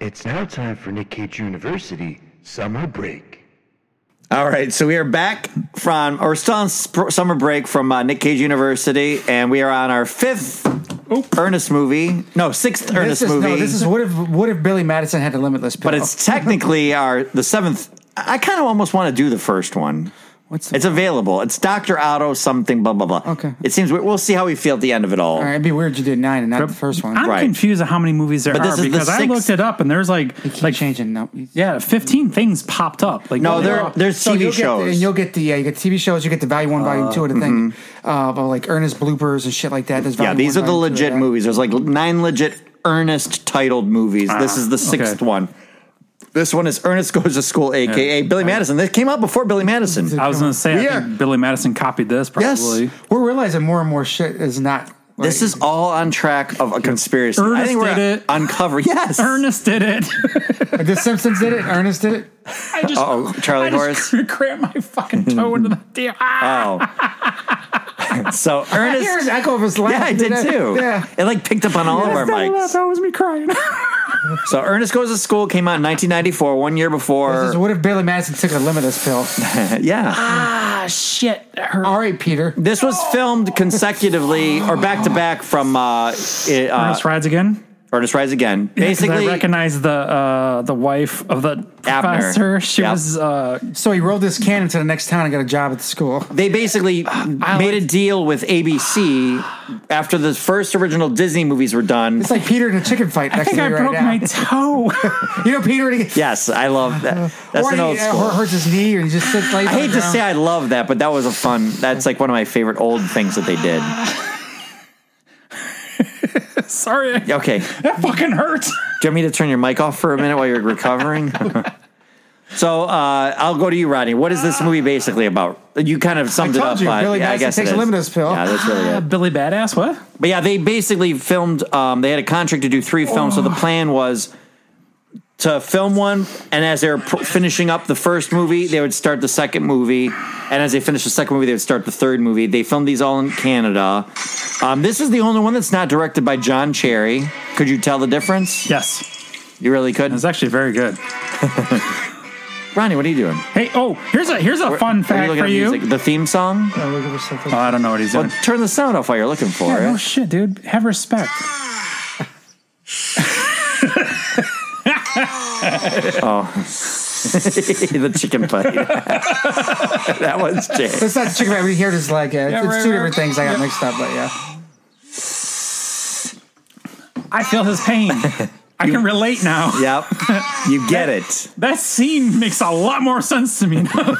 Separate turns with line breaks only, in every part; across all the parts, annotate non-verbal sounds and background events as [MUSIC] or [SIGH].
It's now time for Nick Cage University summer break.
All right, so we are back from, or still on sp- summer break from uh, Nick Cage University, and we are on our fifth Ernest movie. No, sixth
This
Ernest
is,
movie.
no, this is what if what if Billy Madison had a limitless pill? Oh,
but
[LAUGHS]
it's technically our the seventh. I kind of almost want to do the first one.
what's the,
It's available. It's Doctor Otto something blah blah blah.
Okay.
It seems we- we'll see how we feel at the end of it all.
all right, it'd be weird to do nine and not the first one.
I'm
Right.
confused at how many movies there
But this
are
is the
because I
sixth-
looked it up and there's like
Keep
like
changing. No, you-
yeah, 15 things popped up. Like
No, there
Oh.
there's TV
you'll get
shows.
the- and you'll get the yeah, you get TV shows, you get the Volume One, Volume Two of the thing, uh, but like earnest bloopers and shit like that. There's
Mm-hmm. yeah,
volume
these are
one,
the
volume two of
legit
that.
movies. There's like nine legit Ernest titled movies. this
Ah,
is the sixth
okay.
one. This one is Ernest Goes to School, aka
Yeah.
Billy Madison. This came out before Billy Madison.
I was going to say
We
I
are-
think Billy Madison copied this probably.
Yes.
We're realizing more and more shit is not. like-
This is all on track of a conspiracy. I
Ernest
think we're
did it.
uncovering. Yes,
Ernest did it. [LAUGHS]
like [LAUGHS] the Simpsons did it. Ernest did it.
I just
Uh-oh, Charlie
I
Horace.
just [LAUGHS] cr- crammed my fucking toe
[LAUGHS]
into the damn. Ah!
Oh. so Ernest.
Here's echo of his laugh.
Yeah, I did too.
Yeah.
It like picked up on all of our mics.
That was me crying.
Uh, So Ernest Goes to School came out in 1994, one year before.
This is what if Billy Madison took a limitless
[LAUGHS]
pill?
yeah.
ah, shit. That hurt.
All right, Peter.
This was filmed consecutively or back to back from uh, it, uh,
Ernest rides again.
Ernest Rise Again.
'Cause
Basically,
I recognize the uh, the wife of the professor. She
Yep.
was uh,
So he rolled his cannon to the next town and got a job at the school.
they basically made a deal with ABC after the first original Disney movies were done.
It's like Peter in a chicken fight.
I
Next
think
to
I
you
broke
right
my
now.
toe.
[LAUGHS]
you know, Peter. He,
Yes, I love that. That's
or
an
he
old
uh,
school.
hurts his knee, or he just sits like.
I hate to say I love that, but that was a fun. That's like one of my favorite old things that they did.
Sorry,
Okay,
that fucking hurts.
Do you want me to turn your mic off for a minute while you're recovering? [LAUGHS] so uh, I'll go to you, Rodney. What is this movie basically about? You kind of summed
told
it up.
you,
but
Billy
yeah, I
Madison
guess it
takes a
is.
Limidus pill.
Yeah, that's
[LAUGHS]
really
Uh,
it.
Billy Badass, what?
But yeah, they basically filmed. Um, they had a contract to do three films, so the
Oh.
plan was to film one, and as they were pr- finishing up the first movie, they would start the second movie, and as they finished the second movie, they would start the third movie. They filmed these all in Canada. Um, this is the only one that's not directed by John Cherry. Could you tell the difference?
Yes,
You really could.
it's actually very good.
Ronnie, what are you doing?
Hey, oh, here's a here's a fun
Are you
fact
looking
for
at
you.
music? The theme song?
Oh, look at this stuff.
Oh, I don't know what he's
Well,
doing.
turn the sound off while you're looking for
Yeah, no
it.
Oh, shit, dude. Have respect.
[LAUGHS] the
[LAUGHS]
chicken [LAUGHS] plate. that one's Jay.
It's not chicken fight. We hear this like uh, it's
right,
two
right.
different things I got mixed up, but yeah.
I feel his
[LAUGHS]
pain. I can relate now.
Yep. You get it.
That scene makes a lot more sense to me now.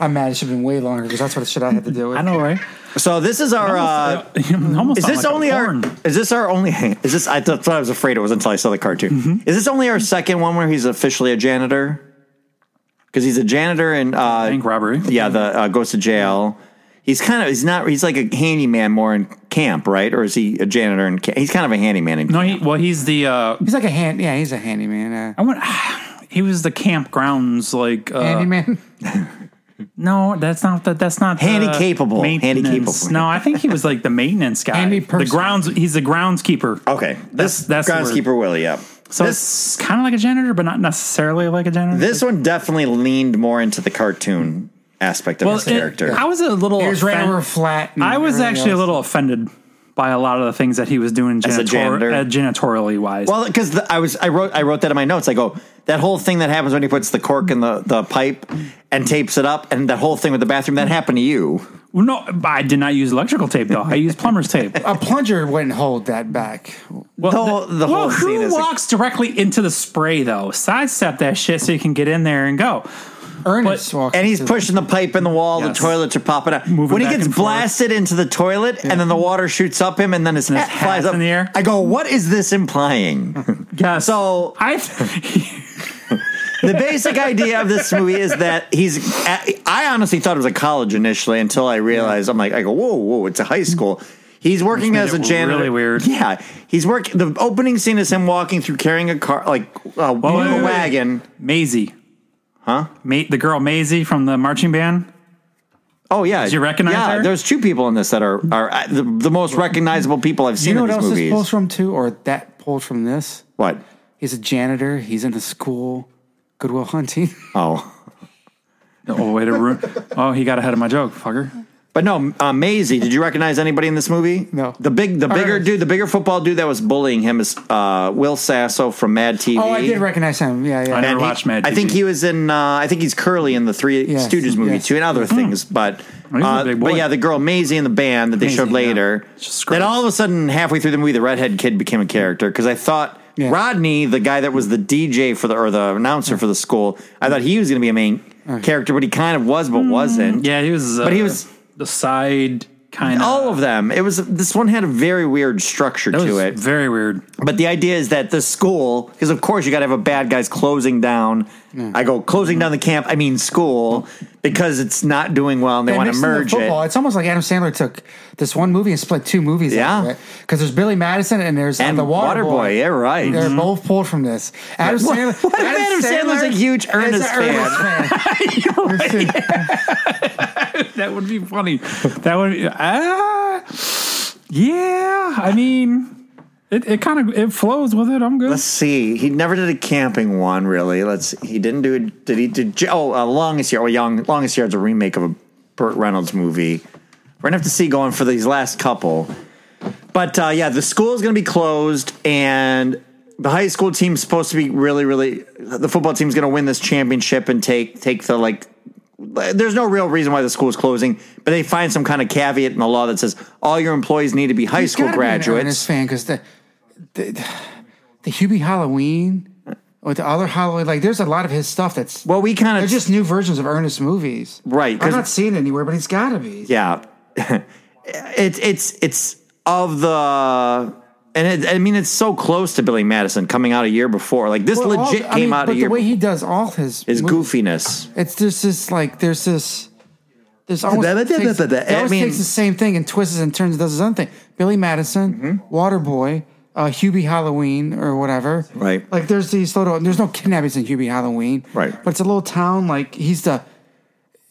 I'm mad. It should have been way longer because that's what shit I had to deal with.
I know, [LAUGHS] right?
So this is our. Uh,
Almost
is
sound
this
like a
only our?
porn.
Is this our only? [LAUGHS] Is this? I thought I was afraid it was until I saw the cartoon.
Mm-hmm.
Is this only our second one where he's officially a janitor? Because he's a janitor and uh,
bank robbery?
yeah, the uh, goes to jail. He's kind of he's not he's like a handyman more in camp, right? Or is he a janitor in camp? He's kind of a handyman in
No, he, well, he's the. Uh,
He's like a hand. Yeah, he's a handyman.
I want. [SIGHS] He was the campgrounds like. Uh,
Uh, handyman.
No, that's not that. That's not the
Handy capable. Handy
maintenance.
capable.
No, I think he was like the maintenance guy.
Handy
the
person.
grounds. He's the groundskeeper.
Okay, this
That's- that's the
groundskeeper Willie. Yep.
So
this
it's kind of like a janitor, but not necessarily like a janitor.
this one definitely leaned more into the cartoon aspect of
well,
his
it-
character.
I was a little.
Here's ran
offend-
over flat. and
I was
everything
actually a
else.
little offended by a lot of the things that he was doing
As a janitor?
janitor, uh, janitorially wise.
Well, because I was, I wrote, I wrote that in my notes. I go that whole thing that happens when he puts the cork in the, the pipe and tapes it up, and that whole thing with the bathroom that happened to you.
no, I did not use electrical tape though. I used
[LAUGHS]
plumber's tape.
A plunger wouldn't hold that back.
Well, the, the
well,
whole scene
who
is
walks directly into the spray though? Sidestep that shit so you can get in there and go.
Ernest
But-
walks
and he's
into the-
pushing the pipe in the wall.
Yes.
The toilets are popping out.
Moving
when he
back
gets
and forth.
blasted into the toilet, and then the water shoots up him, and then his hat
hat's
flies up
in the air.
I go, what is this implying? [LAUGHS]
Yeah.
So-
I [LAUGHS]
the basic idea of this movie is that he's. I honestly thought it was a college initially until I realized I'm like I go whoa whoa it's a high school. He's working
made
as a
it
janitor.
really weird.
Yeah, he's work. The opening scene is him walking through carrying a car, like uh,
wait,
a
wait, wait.
wagon.
Maisie. Huh? Ma- the girl Maisie from the marching band.
Oh yeah, Did
you recognize
Yeah,
her?
there's two people in this that are are uh, the, the most recognizable people I've
You
seen
know
in
what
these
else this
movies.
pulls from too, or that pulled from this?
what?
He's a janitor. He's in a school. Goodwill Hunting.
Oh.
Oh, way to
[LAUGHS]
ruin. oh, he got ahead of my joke, fucker.
But no, uh, Maisie. Did you recognize anybody in this movie?
No. Uh,
The big, the bigger
Ernest.
dude, the bigger football dude that was bullying him is uh, Will Sasso from Mad TV.
Oh, I did recognize him. Yeah, yeah.
I never
And he-
watched Mad
I think
TV.
he was in. Uh, I think he's Curly in the Three
Yes,
Stooges movie
yes.
too, and other things. But
Hmm. he's a
uh,
big
but
boy.
yeah, the girl Maisie in the band that they
Maisie,
showed
yeah.
later.
It's just
Then
gross.
all of a sudden, halfway through the movie, the redhead kid became a character because I thought
Yeah.
Rodney, the guy that was the DJ for the or the announcer for the school, I thought he was going to be a main
Oh,
character, but he kind of was, but wasn't.
Hmm. Yeah, he was. Uh,
But he was-
the side kind of.
All of them. It was this one had a very weird structure
That
to
was
it.
Very weird.
But the idea is that the school, because of course you got to have a bad guys closing down. I go closing down the camp. I mean school because it's not doing well and they
Yeah,
want to
mixing the
merge
football.
it.
It's almost like Adam Sandler took this one movie and split two movies.
Yeah.
because there's Billy Madison and there's uh,
And
the Water
Waterboy,
Boy.
yeah, right. Mm-hmm.
They're both pulled from this. Adam
What-
Sandler.
what if Adam Sandler's a huge
is
Ernest
a Ernest fan?
That would be
[LAUGHS]
funny. That would. Be, ah, yeah. I mean, it, it kind of it flows with it. I'm good.
Let's see. He never did a camping one really. Let's. He didn't do it. Did he? Did oh, uh, longest yard. Well, young, longest yard's a remake of a Burt Reynolds movie. We're gonna have to see going for these last couple. But uh, yeah, the school is going to be closed, and the high school team's supposed to be really, really. The football team's going to win this championship and take take the like. There's no real reason why the school is closing, but they find some kind of caveat in the law that says all your employees need to be high school
Be an
graduates.
Ernest fan because the the the Hubie Halloween or the other Halloween. Like, there's a lot of his stuff that's.
Well, we kind
they're
of
just new versions of Ernest movies,
Right, 'cause-
I'm not seeing it anywhere, but it's got to be.
yeah [LAUGHS] it's it's it's of the and it, i mean it's so close to billy madison coming out a year before like this
Well, all-
legit
I
came
mean,
out
but
a year
the way he does all his
is
movies-
goofiness
It's there's this like there's this there's almost
Blah, blah, blah,
takes,
blah, blah.
he always
I mean-
takes the same thing and twists and turns and does his own thing. Billy Madison,
Mm-hmm.
Waterboy, uh, Hubie Halloween or whatever.
Right.
Like there's these little there's no kidnappings in Hubie Halloween.
Right.
But it's a little town like he's the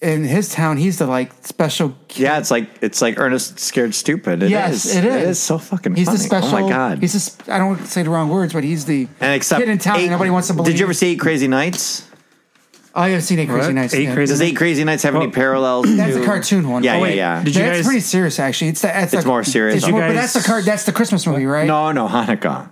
in his town he's the like special kid.
yeah it's like it's like ernest scared stupid It is.
Yes, it is.
it is so fucking
He's
funny
the special.
oh my god
He's just. I don't want to say the wrong words, but he's the
and except
kid in town.
Eight-
that nobody wants to believe.
did you ever see eight crazy nights
Oh, I haven't seen Eight Crazy
What?
Nights.
Eight
yeah.
Crazy
does eight crazy nights have any
Well,
parallels
That's
to-
a cartoon one.
yeah,
Oh,
yeah,
wait.
yeah.
Did you
that's
guys-
pretty serious, actually. It's the, that's
It's
a-
more serious.
It's
Did
you
more, but
guys-
that's the car, That's the Christmas movie, right?
no no hanukkah
oh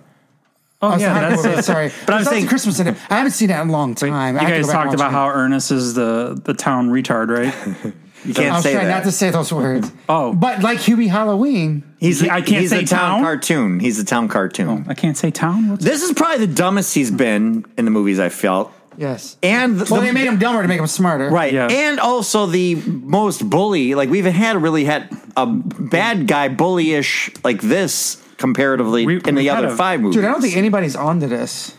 Oh,
yeah,
yeah,
that's it.
sorry.
But I'm
There's
saying-
also Christmas in it. I haven't seen that in a long
Wait,
time. I have
you
to go
guys
back and
talked
watch
about
it.
how Ernest is the the town retard, right?
[LAUGHS] you can't
I'll
say
try
that
not to say those words. [LAUGHS]
Oh.
but like Hubie Halloween,
he's
I can't
he's
say
a town,
town?
cartoon he's a town cartoon
Oh.
I can't say town. What's
this is probably the dumbest he's been in the movies i felt
yes.
and the,
well, they made him dumber to make him smarter,
Right.
Yeah.
And also the most bully, like we've had really had a bad guy bullyish like this comparatively
We-
in
we've
the
had
other
a-
five movies.
Dude, I don't think anybody's
[LAUGHS]
onto this.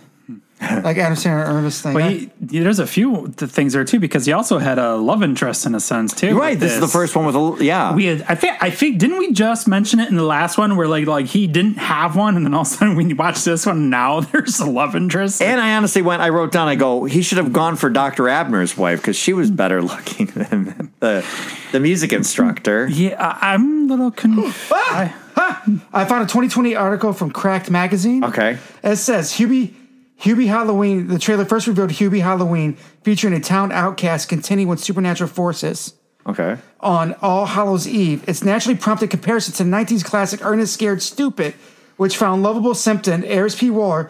Like Adam Sandler, Ernest thing.
But he, there's a few th- things there too because he also had a love interest in a sense too.
You're right.
with
This, is the first one with a yeah.
We had, I think I think didn't we just mention it in the last one where like like he didn't have one and then all of a sudden we watch this one now [LAUGHS] there's a love interest.
and I honestly went. I wrote down. I go. He should have gone for Dr. Abner's wife because she was better [LAUGHS] looking than the the music instructor.
yeah, I, I'm a little confused.
I found a 2020 article from Cracked Magazine.
Okay.
It says Hubie Hubie Halloween, the trailer first revealed Hubie Halloween featuring a town outcast contending with supernatural forces
Okay.
on All Hallows Eve. It's naturally prompted comparison to 90s classic Ernest Scared Stupid, which found lovable Simpton, Ayers P. Waller,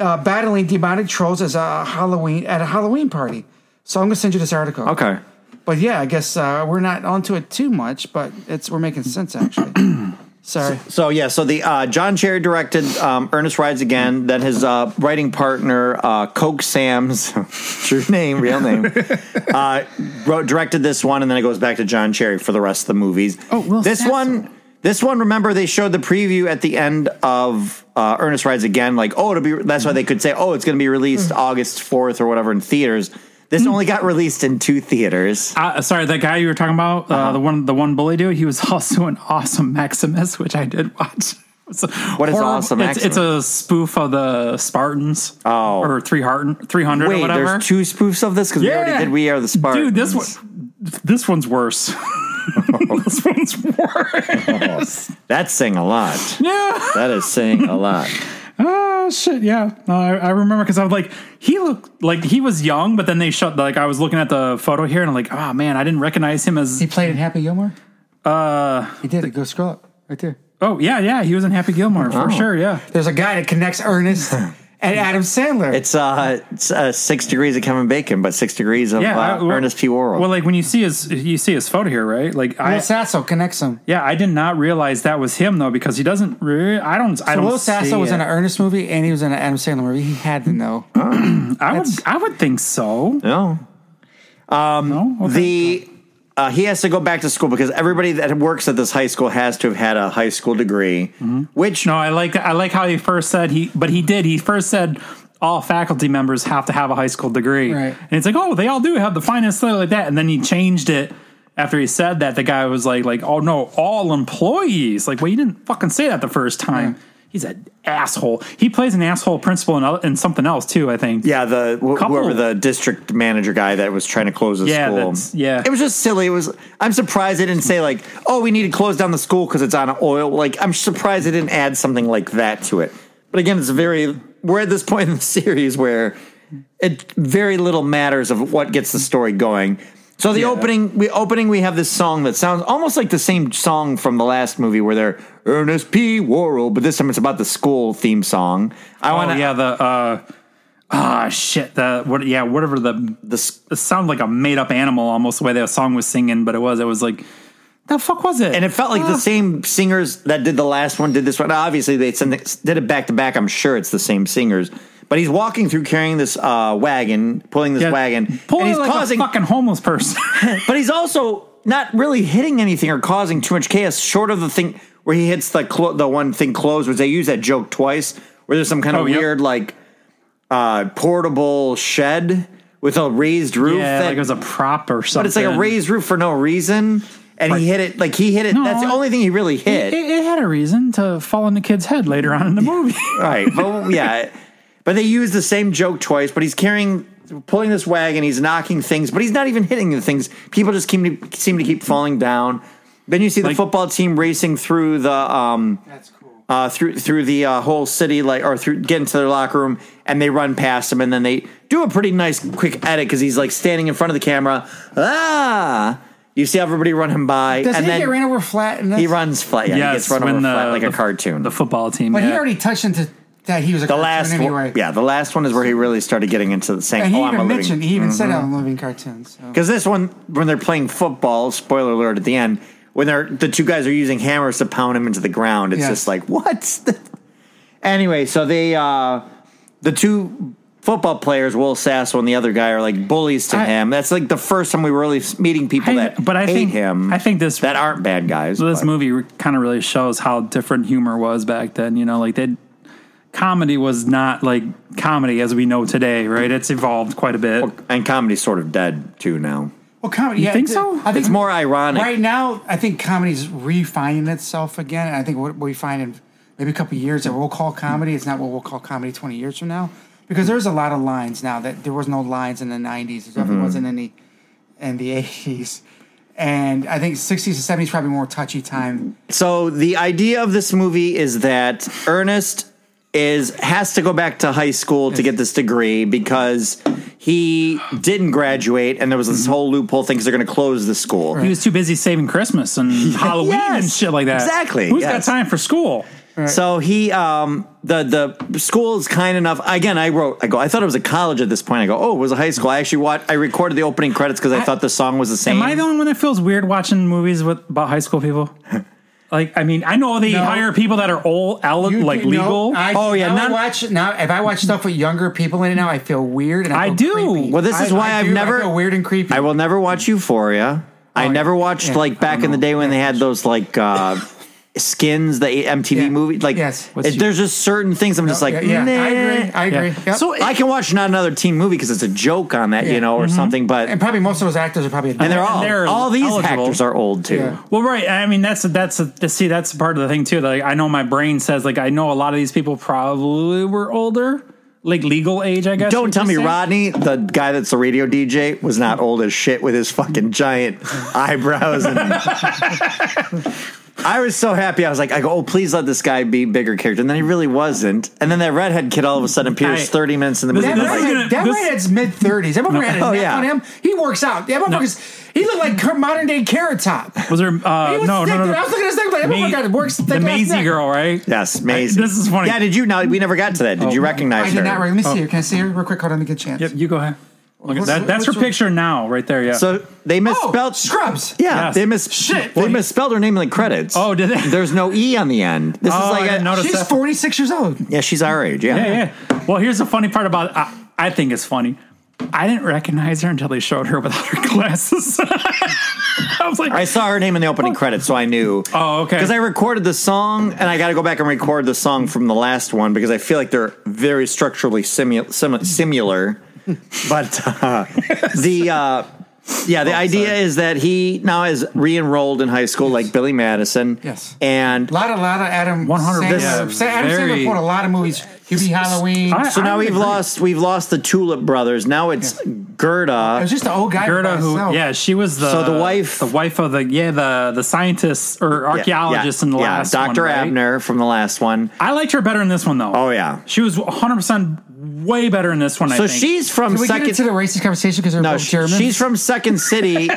uh, battling demonic trolls as a Halloween at a Halloween party. So I'm gonna send you this article.
Okay.
But yeah, I guess uh, we're not onto it too much, but it's we're making sense [CLEARS THROAT] actually. Sorry.
So yeah, so the uh, John Cherry directed um, Ernest Rides Again. Then his uh, writing partner uh, Coke Sam's [LAUGHS] true name, real [LAUGHS] name, uh, wrote, directed this one, and then it goes back to John Cherry for the rest of the movies.
Oh, Will
this
Sasso.
one, this one. Remember, they showed the preview at the end of uh, Hmm. Ernest Rides Again. Like, oh, it'll be. That's why they could say, oh, it's going to be released August fourth or whatever in theaters. This only got released in two theaters.
Uh, sorry, that guy you were talking about,
Uh-huh.
uh, the one, the one bully dude. He was [LAUGHS] also an awesome Maximus, which I did watch. [LAUGHS] It's a
What is Awesome
it's, it's a spoof of the Spartans.
Oh.
or three hundred, three hundred, or
Wait,
whatever.
there's two spoofs of this because we already did. We are the Spartans.
Dude, this one, this one's worse. [LAUGHS]
[LAUGHS]
this one's worse.
That's saying a lot.
yeah.
That is saying a lot.
Oh shit! Yeah, no, I, I remember because I was like, he looked like he was young, but then they shut. Like I was looking at the photo here, and I'm like, oh man, I didn't recognize him as.
He played in Happy Gilmore. Uh, he did. Go scroll up right there.
Oh yeah, yeah, he was in Happy Gilmore
Oh.
for sure. Yeah,
There's a guy that connects [LAUGHS] Ernest and Adam
[LAUGHS]
Sandler.
It's uh, it's, uh six degrees of Kevin Bacon, but six degrees of
yeah.
uh,
I- well-
Ernest P. Worrell.
Well, like when you see his, you see his photo here, right? Like I,
Will Sasso connects him.
yeah, I did not realize that was him though because he doesn't. Re- I don't.
So
I don't.
Will Sasso
see
was
it.
in an Ernest movie and he was in an Adam Sandler movie. He had to know.
I would. I would think so.
no, Um,
No. Okay.
the uh, he has to go back to school because everybody that works at this high school has to have had a high school degree, which
Mm-hmm. No, I like I like how he first said he, but he did. He first said all faculty members have to have a high school degree,
Right.
and it's like, oh, they all do have the finest thing like that. And then he changed it after he said that. The guy was like, like, oh no, all employees. Like, well, you didn't fucking say that the first time. He's an asshole. He plays an asshole principal in, other- in something else too. I think.
Yeah, the wh-
Couple-
whoever the district manager guy that was trying to close the
Yeah,
school.
that's- yeah.
it was just silly. It was. I'm surprised they didn't say like, "Oh, we need to close down the school because it's on oil." Like, I'm surprised they didn't add something like that to it. But again, it's very. We're at this point in the [LAUGHS] series where it very little matters of what gets the story going. So the opening, we opening, we have this song that sounds almost like the same song from the last movie, where they're Ernest P. Worrell, but this time it's about the school theme song. I
Oh
want to
yeah. The uh, ah shit. The what? Yeah, whatever the
the s-
it sounded like a made up animal almost the way that song was singing, but it was it was like the fuck was it?
And it felt like the same singers that did the last one did this one. Obviously, they sent it- did it back to back. I'm sure it's the same singers. But he's walking through carrying this uh, wagon, pulling this
Yeah,
wagon,
pulling
and he's
like
causing.
a fucking homeless [LAUGHS] person.
but he's also not really hitting anything or causing too much chaos, short of the thing where he hits the clo- the one thing closed, which they use that joke twice, where there's some kind
Oh,
of
yep.
weird like uh, portable shed with a raised roof.
yeah,
that-
like it was a prop or something.
but it's like a raised roof for no reason. And he hit it like he hit it.
No,
that's the
I-
only thing he really hit.
It, it had a reason to fall on the kid's head later on in
[LAUGHS]
the movie.
Right. But yeah. [LAUGHS] But they use the same joke twice, but he's carrying pulling this wagon, he's knocking things, but he's not even hitting the things. People just seem to seem to keep falling down. Then you see the
Like-
football team racing through the um
That's cool.
uh, through through the uh, whole city, like or through get into their locker room, and they run past him, and then they do a pretty nice quick edit because he's like standing in front of the camera. Ah, you see everybody run him by,
Doesn't
and
he
then
get ran over flat? And
he runs flat. Yeah, he gets run over
when
flat like
the,
a cartoon.
The football team.
But
yeah.
he already touched into that he was a
The last
cartoon anyway.
one, yeah, the last one is where he really started getting into the saying,
And he
"Oh, I'm a
even
living." Mm-hmm.
mentioned, he even said I'm living cartoons. So.
Because this one, when they're playing football, spoiler alert at the end, when they're the two guys are using hammers to pound him into the ground, it's
Yes.
just like what? [LAUGHS] anyway, so they, uh the two football players, Will Sasso and the other guy, are like bullies to
I-
him. That's like the first time we were really meeting people
I-
that
but I
hate
think-
him.
I think this-
that aren't bad guys.
So this
but-
movie kind of really shows how different humor was back then. You know, like they comedy was not like comedy as we know today, right? It's evolved quite a bit.
and comedy's sort of dead too now.
Well, comedy. You yeah,
think
the-
so?
I think
It's more ironic.
Right now, I think comedy's refining itself again. And I think what we find in maybe a couple of years that we'll call comedy is not what we'll call comedy 20 years from now. Because there's a lot of lines now that there was no lines in the 90s. There definitely
Mm-hmm.
wasn't any in the 80s. And I think 60s and 70s probably more touchy time.
So the idea of this movie is that Ernest is has to go back to high school to get this degree because he didn't graduate, and there was
Mm-hmm.
this whole loophole thing because they're going to close the school.
He was too busy saving Christmas and Halloween
[LAUGHS]
and
Yes,
shit like that.
exactly,
Who's
yes.
got time for school?
So he, um, the the school is kind enough. Again, I wrote. I go. I thought it was a college at this point. I go. Oh, it was a high school. I actually watched. I recorded the opening credits because I, thought the song was the same.
Am I the only one that feels weird watching movies with about high
[LAUGHS]
school people? like, I mean, I know they
No.
hire people that are all ele-
You
like
do know-
legal.
I,
Oh, yeah,
Now
not-
I watch, now, if I watch stuff with younger people in it now, I feel weird. And I,
I
feel
do.
creepy.
Well, this is
I-
why
I
I've
do, I
never-
feel weird and creepy. Oh,
I will never watch Euphoria. I never watched
yeah.
like back in the day when they had those like uh Skins, the MTV
Yeah.
movie. Like,
Yes.
it- there's just certain things I'm just like,
yeah, yeah. I agree.
nah.
I agree. Yep. Mm-hmm.
So
I can watch not another teen movie because it's a joke on that, you know, or something. But
and
and,
probably most of those actors are probably
they're all
they're
all these
eligible.
actors are old too.
Yeah.
Well, right. I mean, that's that's see, that's part of the thing too. Like, I know my brain says like I know a lot of these people probably were older, like legal age. I guess. you
Don't tell
could
me
say.
Rodney, the guy that's the radio DJ, was not old as shit with his fucking
[LAUGHS]
giant eyebrows. And I was so happy. I was like, I go, oh, please let this guy be bigger character. And then he really wasn't. And then that redhead kid all of a sudden appears
I-
30 minutes in the
This-
movie.
That
and I'm
is
like,
redhead-
gonna-
that
this-
redhead's mid thirties. That motherfucker had a
Oh,
neck
yeah.
on him. He works out. That motherfucker's he looked like her modern day carrot top.
Was there? Uh,
He was
no, no,
thick,
no,
dude.
no.
I was looking at Oh his neck like that
Ma-
motherfucker works.
the Maisie girl, right?
yes, Maisie.
I- this is funny. Oh,
Yeah, did you? No, we never got to that. Did you recognize
I did
her?
not. re- Let me see her. Can I see her real quick? Hold on, let me get a chance.
Yep, you go ahead. Look at
What's-
that. That's her
what's your-
picture now, right there. Yeah.
So they
Oh,
misspelled.
Scrubs.
Yeah,
Yes.
they mis-
Shit.
They misspelled her name in the credits.
Oh, did they?
There's no e on the end. This
Oh,
is
I
like
didn't
a,
notice.
She's
Steph-
forty six years old.
yeah, she's our age. Yeah,
yeah, yeah. Well, here's the funny part about I, I think it's funny. I didn't recognize her until they showed her without her glasses. [LAUGHS] I was like,
I saw her name in the opening credits, so I knew.
Oh, okay.
Because I recorded the song, and I got to go back and record the song from the last one because I feel like they're very structurally simu- sim-
[LAUGHS]
similar. but uh, the uh, yeah,
Oh,
the idea is that he now is re-enrolled in high school, like Billy Madison.
Yes.
and
A lot, a lot of Adam.
100
Sandler.
yeah,
Sa- Adam
very-
Sandler put a lot of movies. Hubie Halloween.
I-
so
I
now
would
we've
agree.
lost we've lost the Tulip Brothers. Now it's
it
Gerda.
was just an old guy.
Gerda,
by
who
himself.
yeah, she was the
So the wife-
the wife of the yeah the the scientist or archaeologist in the last
Doctor
one, right?
Abner from the last one.
I liked her better in this one though.
Oh yeah.
she was 100 percent way better in this one. I
So
think.
she's from
Can we get
second.
into the racist conversation because they're
No,
both
sh-
German?
she's from Second
[LAUGHS]
City.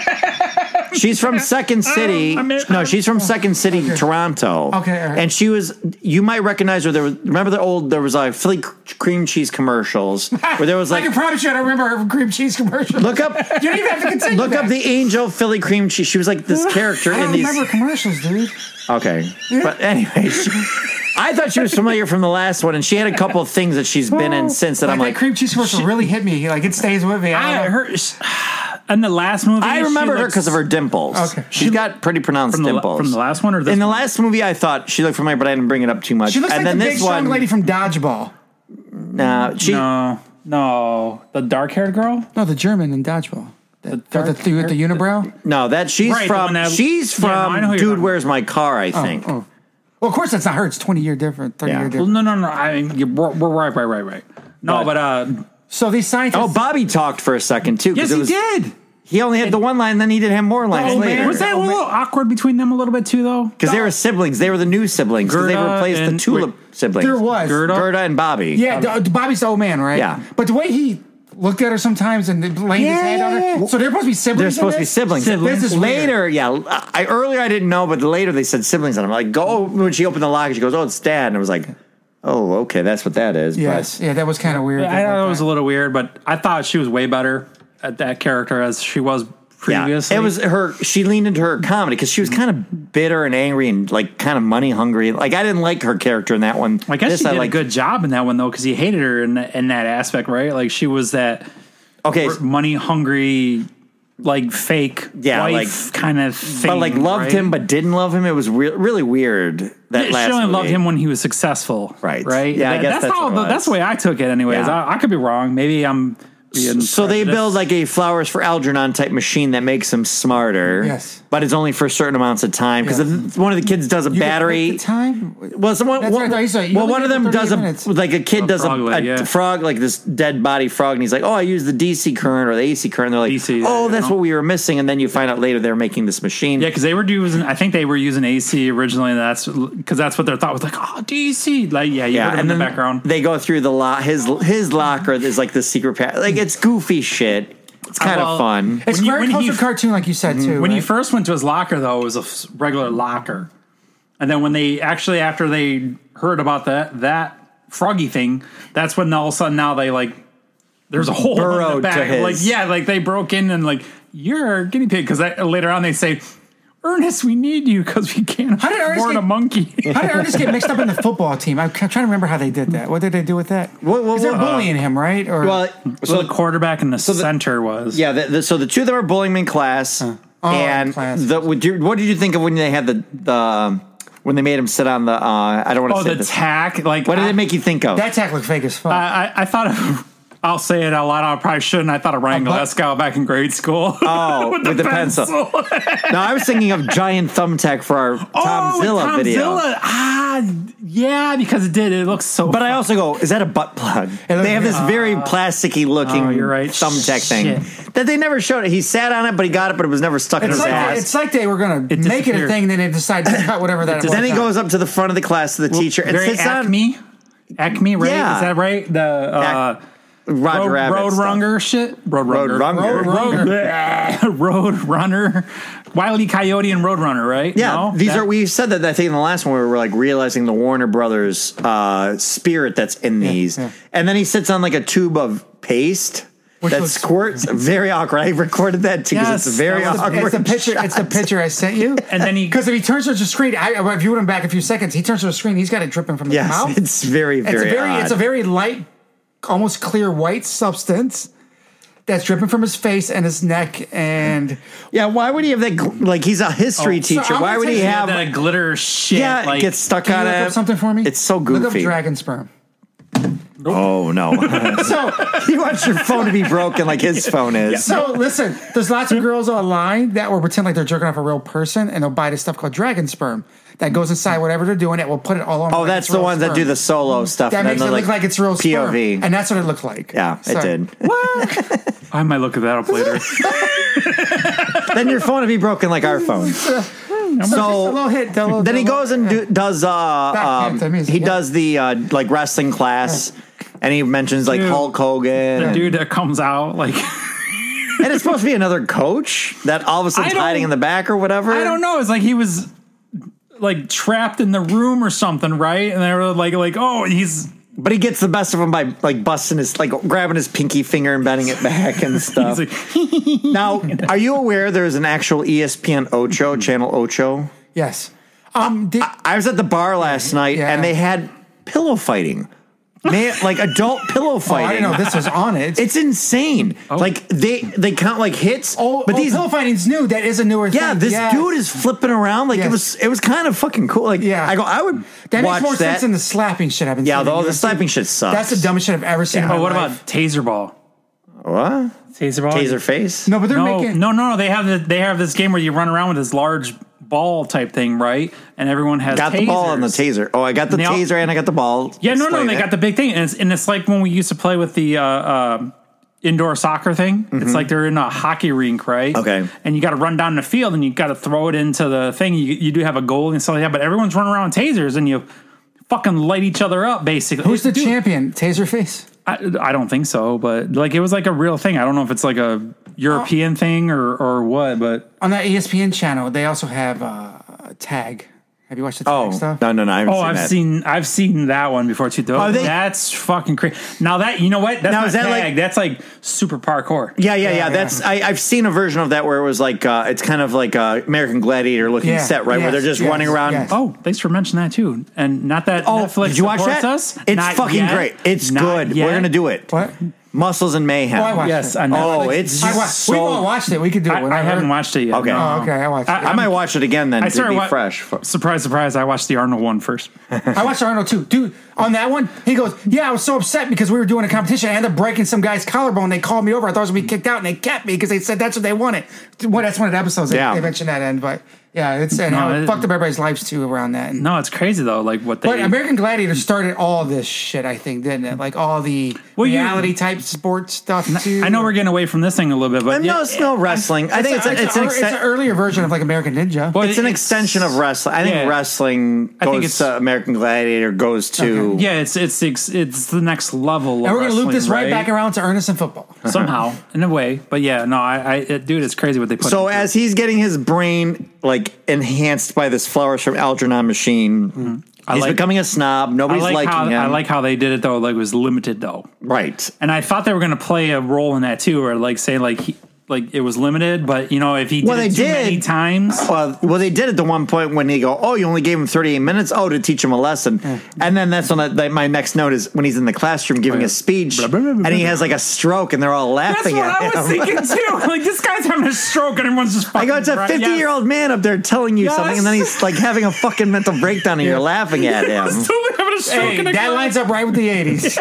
she's from Second
Oh,
City.
I'm in-
No, she's from Second City, Toronto.
Okay, all right.
and she was. You might recognize her. There was remember the old. There was like Philly c- cream cheese commercials where there was
[LAUGHS] I
like.
can promise you, I don't remember her cream cheese commercial.
Look up.
[LAUGHS] you don't even have to continue.
Look
that.
up the angel Philly cream cheese. She was like this character
[LAUGHS] I
in
don't
these.
remember commercials, dude.
Okay, but anyway, she- I thought she was familiar from the last one, and she had a couple of things that she's been in since that.
Like,
I'm like,
that cream cheese commercial really hit me. Like it stays with me. I,
I,
don't know.
her in the last movie.
I remember
she
her
looks-
because of her dimples.
Okay.
She's got pretty pronounced
From the la-
dimples.
from the last one or this
In the
one?
last movie, I thought she looked familiar, but I didn't bring it up too much.
She looks
and
like
then
the big
this
strong
one,
lady from Dodgeball.
nah, she,
No, no, the dark haired girl.
No, the German in Dodgeball. The, the,
dark
the, the, with the unibrow.
no, that she's
Right, the
from.
one that-
she's
Yeah, no, I
from.
know who you're
Dude,
talking
where's my car? I think.
oh. Well, of course that's not her. It's twenty year different, thirty
Yeah.
year
Well,
Well,
different.
no, no, no. I mean, you're, we're, we're right, right, right, right. No,
But-
but, uh,
So these scientists.
Oh, Bobby talked for a second too. 'cause
yes,
it
he
was-
did.
He only had the one line, then he did have more lines
Oh, man.
later.
Was that a
Oh, man.
little awkward between them a little bit too, though?
Because they were siblings. They were the new siblings. 'cause they
Gerda
replaced the
and-
Tulip siblings.
there was.
Gerda.
Gerda and Bobby.
Yeah, the- the Bobby's the old man, right?
Yeah.
But the way he looked at her sometimes and laying his
Yeah,
hand on
yeah,
her.
yeah.
So they're supposed to be siblings.
They're
in
supposed to be
this?
siblings.
Siblings.
This is
Weird.
later, yeah. I, earlier I didn't know, but later they said siblings, and I'm like, go. oh, When she opened the locker, she goes, "Oh, it's dad," and I was like, "Oh, okay, that's what that is."
Yes.
But
Yeah, that was kind of weird.
I thought it was a little weird, but I thought she was way better at that character as she was
yeah,
previously.
it was her. She leaned into her comedy because she was kind of bitter and angry and like kind of money hungry. Like I didn't like her character in that one.
I guess
This
she did
liked.
a good job in that one though, because he hated her in, in that aspect, right? Like she was that
Okay,
money hungry, like fake
Yeah,
wife kind of thing.
but like loved
right?
him, but didn't love him. It was re- really weird. That
she
last
only loved
movie.
him when he was successful,
Right.
Right?
Yeah, I guess
that's,
that's
how
what it
the,
was.
that's the way I took it. Anyways,
Yeah.
I, I could be wrong. Maybe I'm. Being
So they
prejudiced.
build like a flowers for Algernon type machine that makes him smarter.
Yes.
but it's only for certain amounts of time because
Yeah.
one of the kids does a
You could
battery.
pick the time.
Well, someone,
That's
one,
right, I saw it. You
well,
only
one of
get
them
38
does a
minutes.
like a kid does a,
frog leg,
a
yeah.
frog like this dead body frog, and he's like, "Oh, I use the DC current or the AC current." And they're like,
DC,
"Oh,
yeah,
that's
you know.
what we were missing," and then you find out later they're making this machine.
Yeah, because they were using. I think they were using AC originally. And that's because that's what their thought was like. Oh, DC. Like, yeah, you
Yeah,
heard
and
him in
then
the background.
they go through the lot. His his locker is like the secret path. Like it's goofy shit. It's kind
Uh, well,
of fun.
It's
When you-
very
when
close
he-
to cartoon, like you said
Mm-hmm.
too.
When
right?
he first went to his locker, though, it was a f- regular locker. And then when they actually, after they heard about that that froggy thing, that's when all of a sudden now they like there's a hole in the
Burrowed
back.
to his.
Like yeah, like they broke in and like you're a guinea pig because later on they say. Ernest, we need you because we can't
How did Ernest
afford
get-
a
[LAUGHS]
monkey.
How did Ernest get mixed up in the football team? I'm trying to remember how they did that. What did they do with that?
Well, well,
Because they're
well, uh,
bullying him, right? Or
Well,
so the quarterback in the
the-
center was
Yeah, the, the, so the two that were bullying me in class,
Oh, in
and
class.
the what did you- what did you think of when they had the the um, when they made him sit on the. Uh, I don't want to
Oh,
say
the
this.
tack. Like
what did it make you think of?
That tack looked fake as fuck.
I, I, I thought of. [LAUGHS] I'll say it out loud. I probably shouldn't. I thought of Ryan
A bu-
Glasgow back in grade school. [LAUGHS] Oh,
with the pencil. [LAUGHS] no, I was thinking of giant thumbtack for our
[LAUGHS] oh,
Tom Zilla
Tomzilla.
video.
Ah, yeah, because it did. It looks so.
But uh, I also go, is that a butt plug?
looked-
They have this very plasticky looking
oh, you're right.
thumbtack thing
Shit.
that they never showed it. He sat on it, but he got it, but it was never stuck in
it's,
his
like
ass.
they, it's like they were gonna make it a
It disappeared.
thing, then they decided to cut whatever that. was.
then he goes up to the front of the class to the teacher and
very
sits on
Acme. Acme, right?
Yeah.
Is that right? The uh,
Roger
road,
Rabbit.
road
stuff.
runner shit. Road
Road
runner.
runner.
Road, road, [LAUGHS] road runner. Wiley Coyote and Road Runner, right?
Yeah,
No?
these
That-
are. We said that I think in the last one we were like realizing the Warner Brothers uh, spirit that's in these,
yeah.
and then he sits on like a tube of paste that
looks- [LAUGHS]
squirts. Very awkward. I recorded that too because
Yes,
it's very
that was a-
awkward.
It's the picture. It's the picture I sent you.
And
[LAUGHS]
then he-
because if he turns towards the screen, I, I viewed him back a few seconds. He turns to the screen. He's got it dripping from the
Yes,
mouth.
it's very
It's
very.
a very, it's a
odd.
very light, almost clear white substance that's dripping from his face and his neck. And
yeah. Why would he have that? gl- Like he's a history
Oh, so
teacher.
I'm
why
gonna
would
tell
he
you
Yeah,
have?
that glitter shit.
yeah,
like,
it gets stuck
can
on
you look
it.
up something for me?
It's so
Look up
goofy.
dragon sperm.
Oh
[LAUGHS]
no!
So,
you want your phone to be broken like
[LAUGHS]
his phone is. [LAUGHS]
so listen. There's lots of girls online that will pretend like they're jerking off a real person, and they'll buy this stuff called dragon sperm that goes inside whatever they're doing. It will put it all on.
Oh, that's the ones that do the solo stuff.
That
and then
makes it
they're
look like, it's real sperm.
POV.
and that's what it looked like.
yeah,
So-
it did.
I might look that
[LAUGHS]
up later.
then your phone would be broken like our phone.
Just a little
So
hit. a little-
then he
a little-
goes and do, does uh, um,
Backhand to music,
he
yeah.
does the uh, like wrestling class, and he mentions like
Dude.
Hulk Hogan,
the
and,
dude that comes out like [LAUGHS]
and it's supposed to be another coach that all of a
I
sudden's
don't-
hiding in the back or whatever.
I don't know. It's like he was like trapped in the room or something, right? And they were like, like, oh, he's
But he gets the best of him by like busting his like grabbing his pinky finger and bending it back and stuff.
he's like, [LAUGHS]
now, are you aware there is an actual E ESPN Ocho channel Ocho?
[LAUGHS] Yes. Um. Did,
I was at the bar last night
Yeah.
and they had pillow fighting. Man, like adult
[LAUGHS]
pillow
oh, I
fighting.
didn't know this was on it.
It's insane. Like they they count like hits,
Oh,
but these
pillow fighting's new. That is a newer thing.
yeah, this dude is flipping around like it
Yes.
was it was kind of fucking cool. Like
Yeah.
I go I would
That
watch
makes more
that.
sense than the slapping shit I've been
yeah,
seeing.
the, all the
You
sniping shit
know,
sucks.
That's the dumbest shit I've ever seen. in
oh,
my
what
life.
about taser ball?
what
Taser ball.
taser face.
No, but they're
no,
making.
no, no, no. They have the, they have this game where you run around with this large ball type thing, right? And everyone has
got the ball and the
tasers.
taser. Oh, I got the
Now-
taser and I got the ball.
Yeah, no, no,
Explain
they
it.
got the big thing, and it's, and it's like when we used to play with the uh, uh, indoor soccer thing. It's like they're in a hockey rink, right?
Mm-hmm. Okay.
and you got to run down the field, and you got to throw it into the thing. You, you do have a goal and stuff like that, but everyone's running around with tasers, and you fucking light each other up, basically.
Who's the
Dude,
champion? Taserface.
I, I don't think so, but like it was like a real thing. I don't know if it's like a European thing or or what, but
On that E ESPN channel, they also have uh, a tag. Have you watched the tag
Oh
stuff?
no no no! I haven't
oh,
seen
I've
that.
seen I've seen that one before too. Though
Are they-
that's fucking crazy. Now that you know what that's
Now,
not
is that
tag.
like-
that's like super parkour.
Yeah, yeah, yeah.
yeah.
That's I, I've seen a version of that where it was like uh, it's kind of like uh, American Gladiator looking
Yeah,
set, right? where
yes,
they're just
yes,
running around.
yes.
Oh, thanks for mentioning that too. And not that
Oh,
Netflix
did you watch
supports
that?
us.
It's
Not
fucking
yet.
great. It's
Not
good.
yet.
We're gonna do it.
What?
Muscles and mayhem.
Oh, I watched
Yes,
it.
I know.
Oh, it's
I
just
wa- We've
so.
all watched it. We could do it.
I, I
whenever.
haven't watched it yet.
Okay.
no.
Oh, okay, I watched it.
I might watch it again then
I
to
started
be
wa-
fresh.
Surprise, surprise! I watched the Arnold
[LAUGHS]
one first.
I watched Arnold too. Dude, on that one, he goes, Yeah, I was so upset because we were doing a competition. I ended up breaking some guy's collarbone. They called me over. I thought I was going to be kicked out, and they kept me because they said that's what they wanted. Well, that's one of the episodes
Yeah.
they, they mentioned that end. But yeah, it's and
No,
how it,
it-
fucked up everybody's lives too around that. And,
No, it's crazy though. Like what they.
but American Gladiator started all this shit, I think, didn't it? Like all the
Well, you-
reality type sports stuff too.
I know we're getting away from this thing a little bit, but
no, it's no wrestling. I think it's, a, it's, an
ear- it's an
exten-
earlier version of like American Ninja.
But
it's an extension of wrestling. I think
Yeah.
wrestling goes
I think it's-
to American Gladiator goes to
Yeah, it's it's it's, it's the next level.
and
of
we're going to loop
wrestling,
this right,
right
back around to Ernest and
[LAUGHS]
football.
somehow in a way. But yeah, no, I, I it, dude, it's crazy what they put.
So
into it.
as he's getting his brain like enhanced by this flowers from Algernon machine, he's
Mm-hmm. like-
becoming a snob.
I
Nobody's
like
liking
how
him.
I like how they did it though. Like it was limited though,
right.
and I thought they were going to play a role in that too, or like say like he, like it was limited, but you know if he did
Well,
it
they
too many
did.
times,
Well, well, they did at the one point when they go, "Oh, you only gave him 38 minutes. Oh, to teach him a lesson." And then that's when I, like, my next note is when he's in the classroom giving a speech,
Oh, Blah, blah, blah, blah,
and he
blah.
has like a stroke, and they're all
that's
laughing
what
at
I
him.
was thinking
[LAUGHS]
too. [LAUGHS] Like this guy's having a stroke and everyone's just.
I
Fucking
go, it's a
right-
50
yes.
year old man up there telling you
Yes.
something, and then he's like having a fucking mental breakdown, and you're laughing at
[LAUGHS]
him.
He's totally having a stroke
Hey,
in a
that lines up right with
[LAUGHS]
the 80s.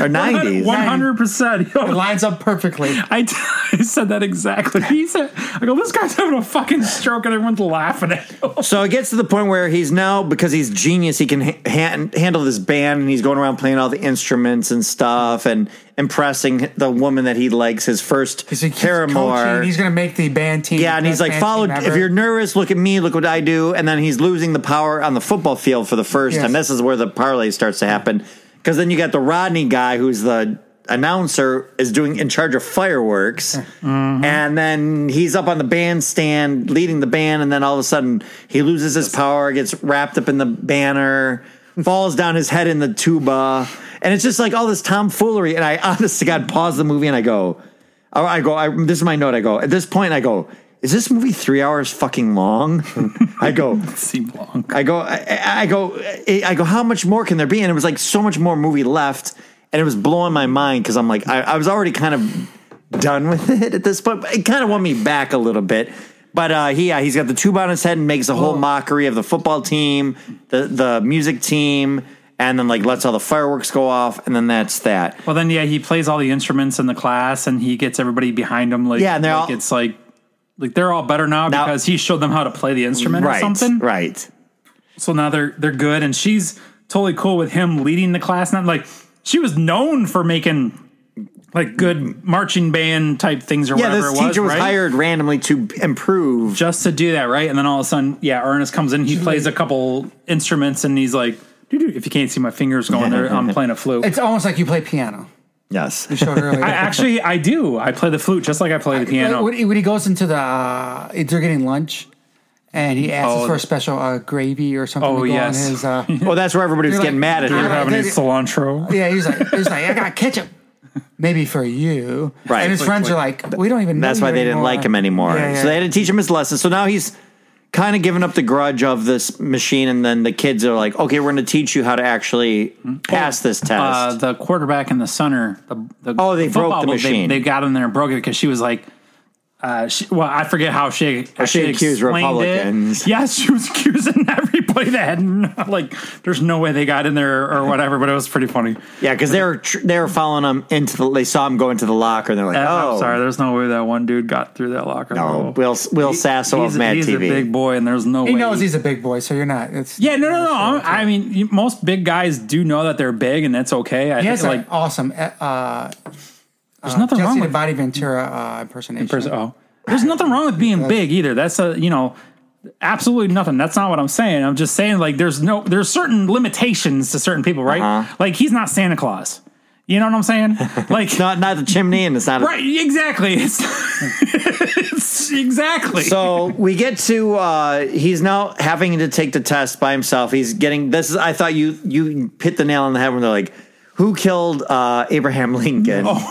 Or 90s.
One hundred percent.
It lines up perfectly.
I, t- [LAUGHS] I said that exactly. He said, "I go, this guy's having a fucking stroke, and everyone's laughing at him." [LAUGHS]
So it gets to the point where he's now because he's genius. He can ha- han- handle this band, and he's going around playing all the instruments and stuff, and impressing the woman that he likes. His first
So he's coaching,
paramour.
He's going to make the band team.
Yeah, and
the
he's
best
like,
band
follow.
team
If
ever."
you're nervous, look at me. Look what I do. And then he's losing the power on the football field for the first
Yes.
time. This is where the parlay starts to happen because then you got the Rodney guy who's the announcer is doing in charge of fireworks, and then he's up on the bandstand leading the band, and then all of a sudden he loses his power, gets wrapped up in the banner, falls down his head in the tuba, and it's just like all this tomfoolery. And I honest to God pause the movie and I go. I I go. I, this is my note. I go. At this point, I go. Is this movie three hours fucking long? [LAUGHS] I go.
Seemed long.
I go. I, I- I go. I I go. How much more can there be? And it was like so much more movie left, and it was blowing my mind because I'm like, I, I was already kind of done with [LAUGHS] it at this point. but It kind of won me back a little bit. But uh, he, yeah, he's got the tube on his head and makes a whole mockery of the football team, the the music team, and then like lets all the fireworks go off, and then that's that.
Well, then yeah, he plays all the instruments in the class, and he gets everybody behind him. Like
Yeah, and they're
like,
all-
it's like like they're all better now,
Now-
because he showed them how to play the instrument or
Right.
something.
Right.
So now they're they're good, and she's totally cool with him leading the class. Not like she was known for making like good marching band type things or
Yeah,
whatever
this
it was.
teacher was
right?
hired randomly to improve.
just to do that, right? And then all of a sudden, yeah, Ernest comes in, he plays a couple instruments, and he's like, "Doo-doo." if you can't see my fingers going
[LAUGHS]
there, I'm playing a flute.
It's almost like you play piano.
Yes.
[LAUGHS]
[LAUGHS]
You showed earlier.
I actually, I do. I play the flute just like I play the piano.
When, when he goes into the, uh, they're getting lunch, and he asks
Oh.
for a special uh, gravy or something.
Oh,
to go
yes.
On
[LAUGHS]
his, uh,
Well, that's where everybody was
You're
getting
like,
mad at
Do you
him.
"You're
have
I
any
did it.
cilantro?
yeah, he's like, he's like, I got ketchup. Maybe for you,
Right.
And his
Wait,
friends are like, we don't even. know
That's why
you
they didn't
anymore."
like him anymore.
Yeah, yeah.
So they had to teach him his lesson. So now he's kind of giving up the grudge of this machine, and then the kids are like, "Okay, we're going to teach you how to actually pass this test."
Hmm? Uh, the quarterback and the center. The, the
Oh, they broke
football,
the
they-
machine.
They, got in there and broke it because she was like, uh, she, well, I forget how she how
she accused
explained it. [LAUGHS]
Republicans.
Yes, she was accusing everybody that had [LAUGHS] no- like, there's no way they got in there or whatever. But it was
[LAUGHS]
pretty funny.
yeah, because they were tr- they were following him into the. They saw him go into the locker, and they're like,
Oh.
"Oh,
I'm sorry, there's no way that one dude got through that locker.
no, Will Will Sasso
he's,
of Mad
he's
TV."
a big boy, and there's no
He
way
knows he's a big boy, so you're not. It's
Yeah, no, no, no. I'm- I mean, you- most big guys do know that they're big, and that's okay.
He
I think,
has
like,
an awesome uh,
there's nothing
Jesse
wrong
the
with
Body Ventura uh, impersonation.
pers- oh, there's nothing wrong with being big either. That's a you know, absolutely nothing. That's not what I'm saying. I'm just saying like there's no there's certain limitations to certain people, right? Like he's not Santa Claus. You know what I'm saying? Like.
not not the chimney, and it's not a-
Right, exactly. It's, it's
[LAUGHS]
exactly.
So we get to uh, he's now having to take the test by himself. He's getting this is I thought you you hit the nail on the head when they're like, who killed uh, Abraham
Oh,
Lincoln?
[LAUGHS]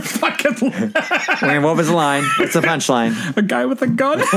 fucking [LAUGHS]
And what was the line? What's the punchline?
a guy with a gun. [LAUGHS]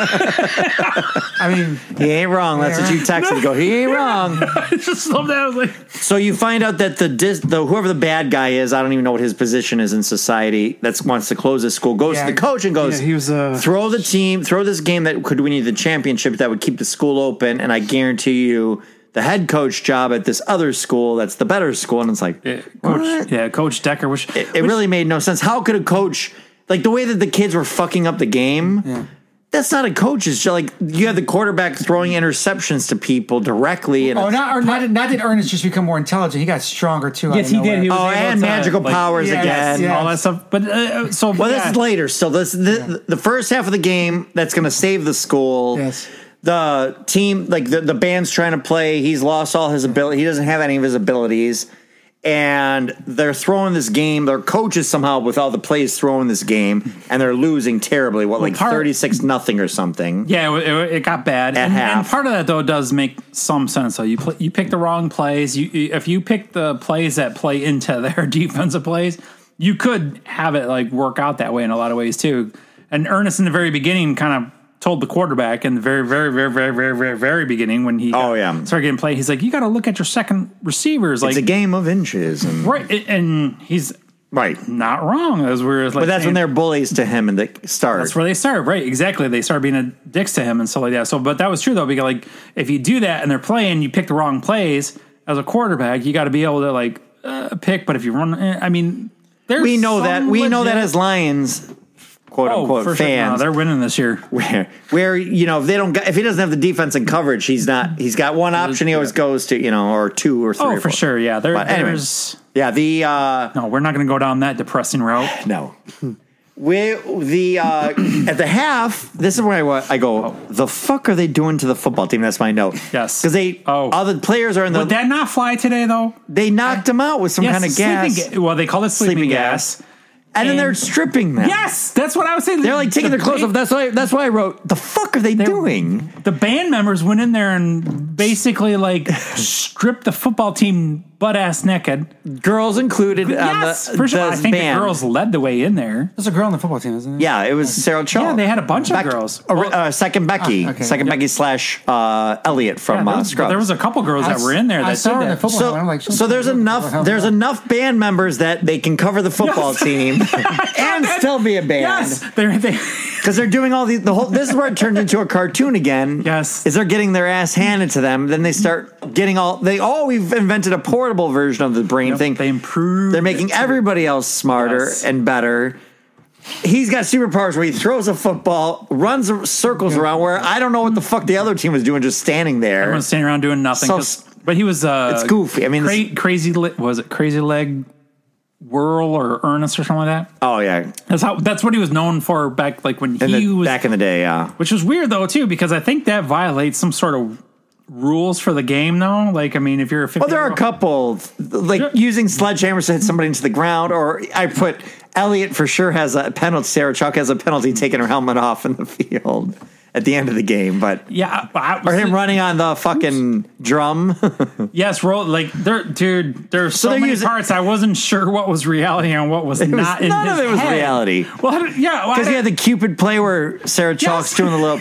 oh.
I mean,
He ain't wrong. That's what you texted. Go, he ain't wrong.
I just love that. I was like,
So you find out that the dis- the whoever the bad guy is, I don't even know what his position is in society. That wants to close this school goes
Yeah.
to the coach and goes,
Yeah, he was, uh,
throw the team, throw this game that could win you the championship that would keep the school open, and I guarantee you the head coach job at this other school that's the better school. And it's like, what?
Coach, yeah, Coach Decker. Which
it, it really made no sense. How could a coach like the way that the kids were fucking up the game? That's not a coach's job. Like you had the quarterback throwing interceptions to people directly, and
oh, not or not, not did Ernest just become more intelligent. He got stronger too. out
Yes,
of
he did.
nowhere.
He was
Oh,
able
and
to,
magical
like-
powers
Yes,
again.
yes.
all that stuff. But uh, so
Well,
yeah.
this is later. Still, this the, the first half of the game that's going to save the school.
Yes.
The team, like the, the band's trying to play. He's lost all his ability. He doesn't have any of his abilities, and they're throwing this game. Their coaches somehow with all the plays throwing this game, and they're losing terribly. What like
part-
thirty six nothing or something?
Yeah, it, it, it got bad. and, and
half.
part of that though does make some sense. Though you pl- [LAUGHS] you pick the wrong plays. You if you pick the plays that play into their defensive plays, you could have it like work out that way in a lot of ways too. And Ernest in the very beginning kind of told the quarterback in the very, very, very, very, very, very, very beginning when he got-
Oh, yeah.
started getting played, he's like, you got to look at your second receivers, like
it's a game of inches, and
right, a- and he's
right.
not wrong as we are like,
But that's when
saying-
they're bullies to him and they start.
that's where they start, right? Exactly. They start being a dicks to him and stuff like that. So, but that was true though, because like if you do that and they're playing, you pick the wrong plays as a quarterback. You got to be able to like uh, pick. But if you run, eh, I mean, there's
we know that.
some
We know that
legit-
as Lions, quote
oh,
unquote
for sure. No,
fans.
they're winning this year.
where, where you know if they don't, got- if he doesn't have the defense and coverage, he's not. He's got one option. He always goes to you know, or two or three.
Oh,
or
for
four.
sure. Yeah, there,
But anyway.
there's
Yeah, the uh,
no. We're not going to go down that depressing route.
no. We the uh, at the half. This is where I, wa- I go. The fuck are they doing to the football team? That's my note.
Oh. Yes.
because they
Oh.
all the players are in the.
Would that not fly today though?
they knocked them out with some
Yes,
kind of
sleeping
gas,
ga- well, they call it sleeping,
Sleeping
gas.
and then they're stripping them.
Yes, that's what I was saying.
They're like taking their clothes
big-
off. That's why. That's why I wrote. The fuck are they doing?
the band members went in there and basically
[LAUGHS]
like stripped the football team butt ass naked.
Girls included.
yes,
on the,
for sure.
the
I think
um, uh, band.
uh, the girls led the way in there.
There's a girl on the football team, isn't it?
Yeah, it was Sarah Cho.
Yeah, they had a bunch of girls. ah,
Uh, uh, second Becky,
okay.
second Becky slash uh, Elliot from
there,
uh,
was,
Scrubs.
there was a couple girls that were in there
I
that
saw her in the
did that.
football.
so,
team. I'm like,
so there's enough there's enough band members that they can cover the football
[LAUGHS] Yes.
team and still be a band
Yes, they're, they.
because they're doing all the the whole. This is where it turned into a cartoon again.
Yes.
is they're getting their ass handed to them. Then they start getting all they. Oh, we've invented a portable version of the brain thing.
They improved.
They're making
it.
everybody else smarter
Yes.
and better. He's got superpowers where he throws a football, runs circles around. Where I don't know what the fuck the other team was doing, just standing there.
everyone standing around doing nothing.
So-
'cause- but he was. Uh,
It's goofy. I mean,
cra-
it's-
crazy. Le- was it crazy leg? Whirl or Ernest or something like that.
Oh yeah,
That's how. That's what he was known for back, like when
in
he
the,
was
back in the day, yeah.
Which is weird though too, because I think that violates some sort of rules for the game though. Like I mean, if you're a 50
Well, Oh, there are a couple th- like
Sure.
using sledgehammers to hit somebody into the ground, or I put Elliot for sure has a penalty. Sarah Chalk has a penalty taking her helmet off in the [LAUGHS] field at the end of the game, but
yeah, I, I,
or him running on the fucking drum. [LAUGHS]
yes, roll like there, dude. There's so,
they're
many
using-
parts I wasn't sure what was reality and what was
was-
not. in
none of
his
it was
head.
reality.
Well, I don't- yeah, well, I
Because he had the Cupid play where Sarah Chalk's doing the
[LAUGHS]
little,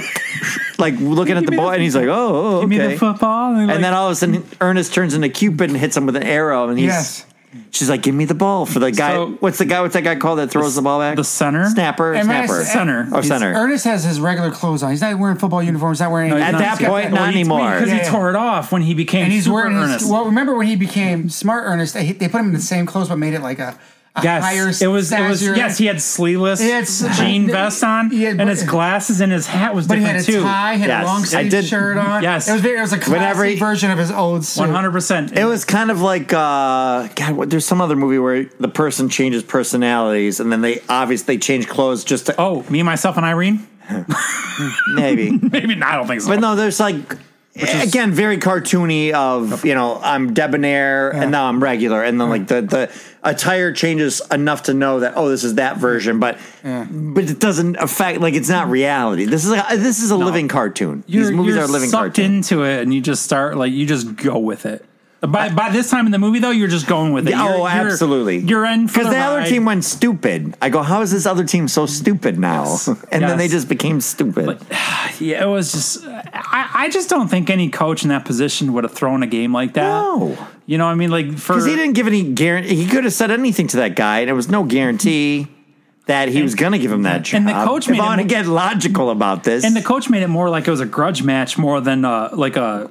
like looking at
Give
the
me the
boy, and he's like, "Oh, oh,
give me
okay."
the football, and,
And then
then
all of a sudden, Ernest turns into Cupid and hits him with an arrow, and he's
Yes.
she's like, "Give me the ball for the guy.
So-
what's the guy? What's that guy called that throws the, ball back?
the center?
snapper,
Am I-
snapper,
Center.
oh,
He's
center."
Ernest has his regular clothes on. He's not wearing football uniforms. Not wearing.
he's
At
not-
that
he's got
point, not anymore.
because
Yeah,
he
yeah.
tore it off when he became
and he's
super
wearing
earnest.
his. Well, remember when he became smart Ernest? They, they put him in the same clothes, but made it like a, a higher.
yes, it was. It was
stature.
yes. He had sleeveless
He had s-
jean vest on,
he had-
and his glasses and his hat was
but he had a
different too.
tie, had
Yes.
a long
I
sleeve
did-
shirt on.
Yes.
it was very. It was a classy
Whenever he-
version of his old suit.
One hundred percent.
It was kind of like uh, God. What, there's some other movie where the person changes personalities, and then they obviously they change clothes just to
Oh, me, myself, and Irene?
maybe.
[LAUGHS] Maybe not. I don't think so.
But no, there's like again very cartoony of you know I'm debonair and now I'm regular, and then like the the attire changes enough to know that oh this is that version, but but it doesn't affect like it's not reality. This is a, this is a living cartoon. These movies are living
sucked
cartoons.
into it, and you just start like you just go with it. By by this time in the movie, though, you're just going with it.
Yeah,
You're-
oh,
you're-
absolutely.
You're in for
because
the,
the, other
ride.
team went stupid. I go, how is this other team so stupid now?
Yes.
[LAUGHS] And then they
Yes.
just became stupid.
[LAUGHS] Yeah, it was just. I, I just don't think any coach in that position would have thrown a game like that.
No.
you know, what I mean, like for
Because he didn't give any guarantee. He could have said anything to that guy, and there was no guarantee that he was going to give him that job.
and the coach
if
made
I want to
him-
get logical about this.
And the coach made it more like it was a grudge match more than uh, like a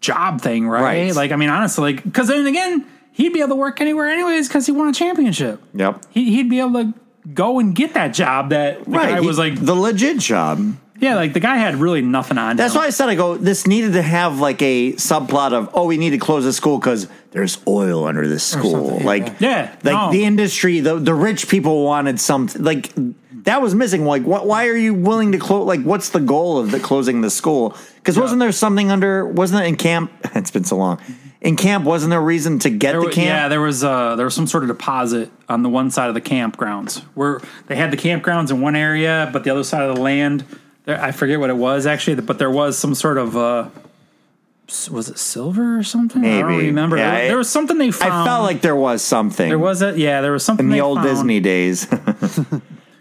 job thing, right?
Right.
Like, I mean, honestly, like, because then again, he'd be able to work anywhere anyways because he won a championship.
Yep.
He, he'd be able to go and get that job that the guy
he-
was like,
the legit job.
yeah, like the guy had really nothing on.
That's
him.
why I said I go. This needed to have like a subplot of oh, we need to close this school because there's oil under this school.
something,
Like
yeah. Yeah,
like
no.
the industry, the the rich people wanted something like that was missing. Like what? Why are you willing to close? Like what's the goal of the closing the school? Because wasn't there something under? Wasn't there in camp? [LAUGHS] It's been so long. In camp, wasn't there a reason to get
There
the
wa-
camp?
Yeah, there was uh, there was some sort of deposit on the one side of the campgrounds where they had the campgrounds in one area, but the other side of the land, there, I forget what it was actually, but there was some sort of uh, was it silver or something? I don't
Maybe.
remember.
Yeah,
there,
I-
there was something they found.
I felt like there was something.
there was a yeah. There was something
in the
they
old
found.
Disney
[LAUGHS]
days. [LAUGHS]